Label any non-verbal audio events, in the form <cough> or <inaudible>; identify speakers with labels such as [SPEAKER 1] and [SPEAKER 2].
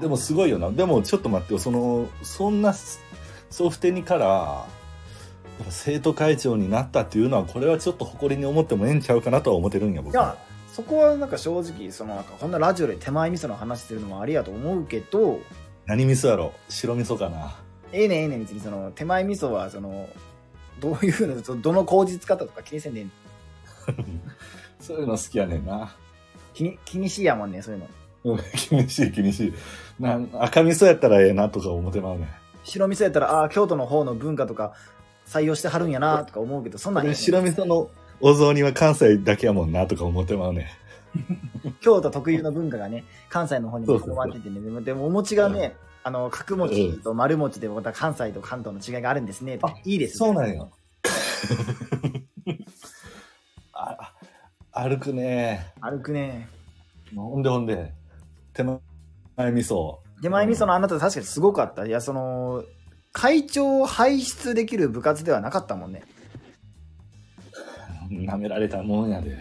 [SPEAKER 1] でもすごいよな。でもちょっと待ってよ。その、そんなすソフテニから、やっぱ生徒会長になったっていうのは、これはちょっと誇りに思ってもええんちゃうかなとは思ってるんや、
[SPEAKER 2] い
[SPEAKER 1] 僕
[SPEAKER 2] や
[SPEAKER 1] は。
[SPEAKER 2] そこはなんか正直そのなんかこんなラジオで手前味噌の話するのもありやと思うけど
[SPEAKER 1] 何味噌やろ白味噌かな。
[SPEAKER 2] ええねんええねん別にその手前味噌はそのどういうふうなそのどの麹使ったとか気にせんでええねん
[SPEAKER 1] そういうの好きやねんな。
[SPEAKER 2] 気に気にしいやもんねそういう
[SPEAKER 1] う
[SPEAKER 2] の
[SPEAKER 1] ん厳しい、厳しい。なん赤味噌やったらええなとか思ってまうねん。
[SPEAKER 2] 白味噌やったらああー京都の方の文化とか採用してはるんやなとか思うけどそんなんええねん
[SPEAKER 1] 白味噌のお雑煮は関西だけやもんなとか思ってまうね。
[SPEAKER 2] 京都特有の文化がね関西の方にも広まっててねでもでもお餅がね、あの角餅と丸餅でまた関西と関東の違いがあるんですねとか
[SPEAKER 1] あ
[SPEAKER 2] いいですね
[SPEAKER 1] そうなんよ。 <laughs> あ歩くね。
[SPEAKER 2] 歩くね
[SPEAKER 1] ほんでほんで、手前味噌。
[SPEAKER 2] 手前味噌のあなた確かにすごかったいやその会長を輩出できる部活ではなかったもんね
[SPEAKER 1] 舐められたもんやで。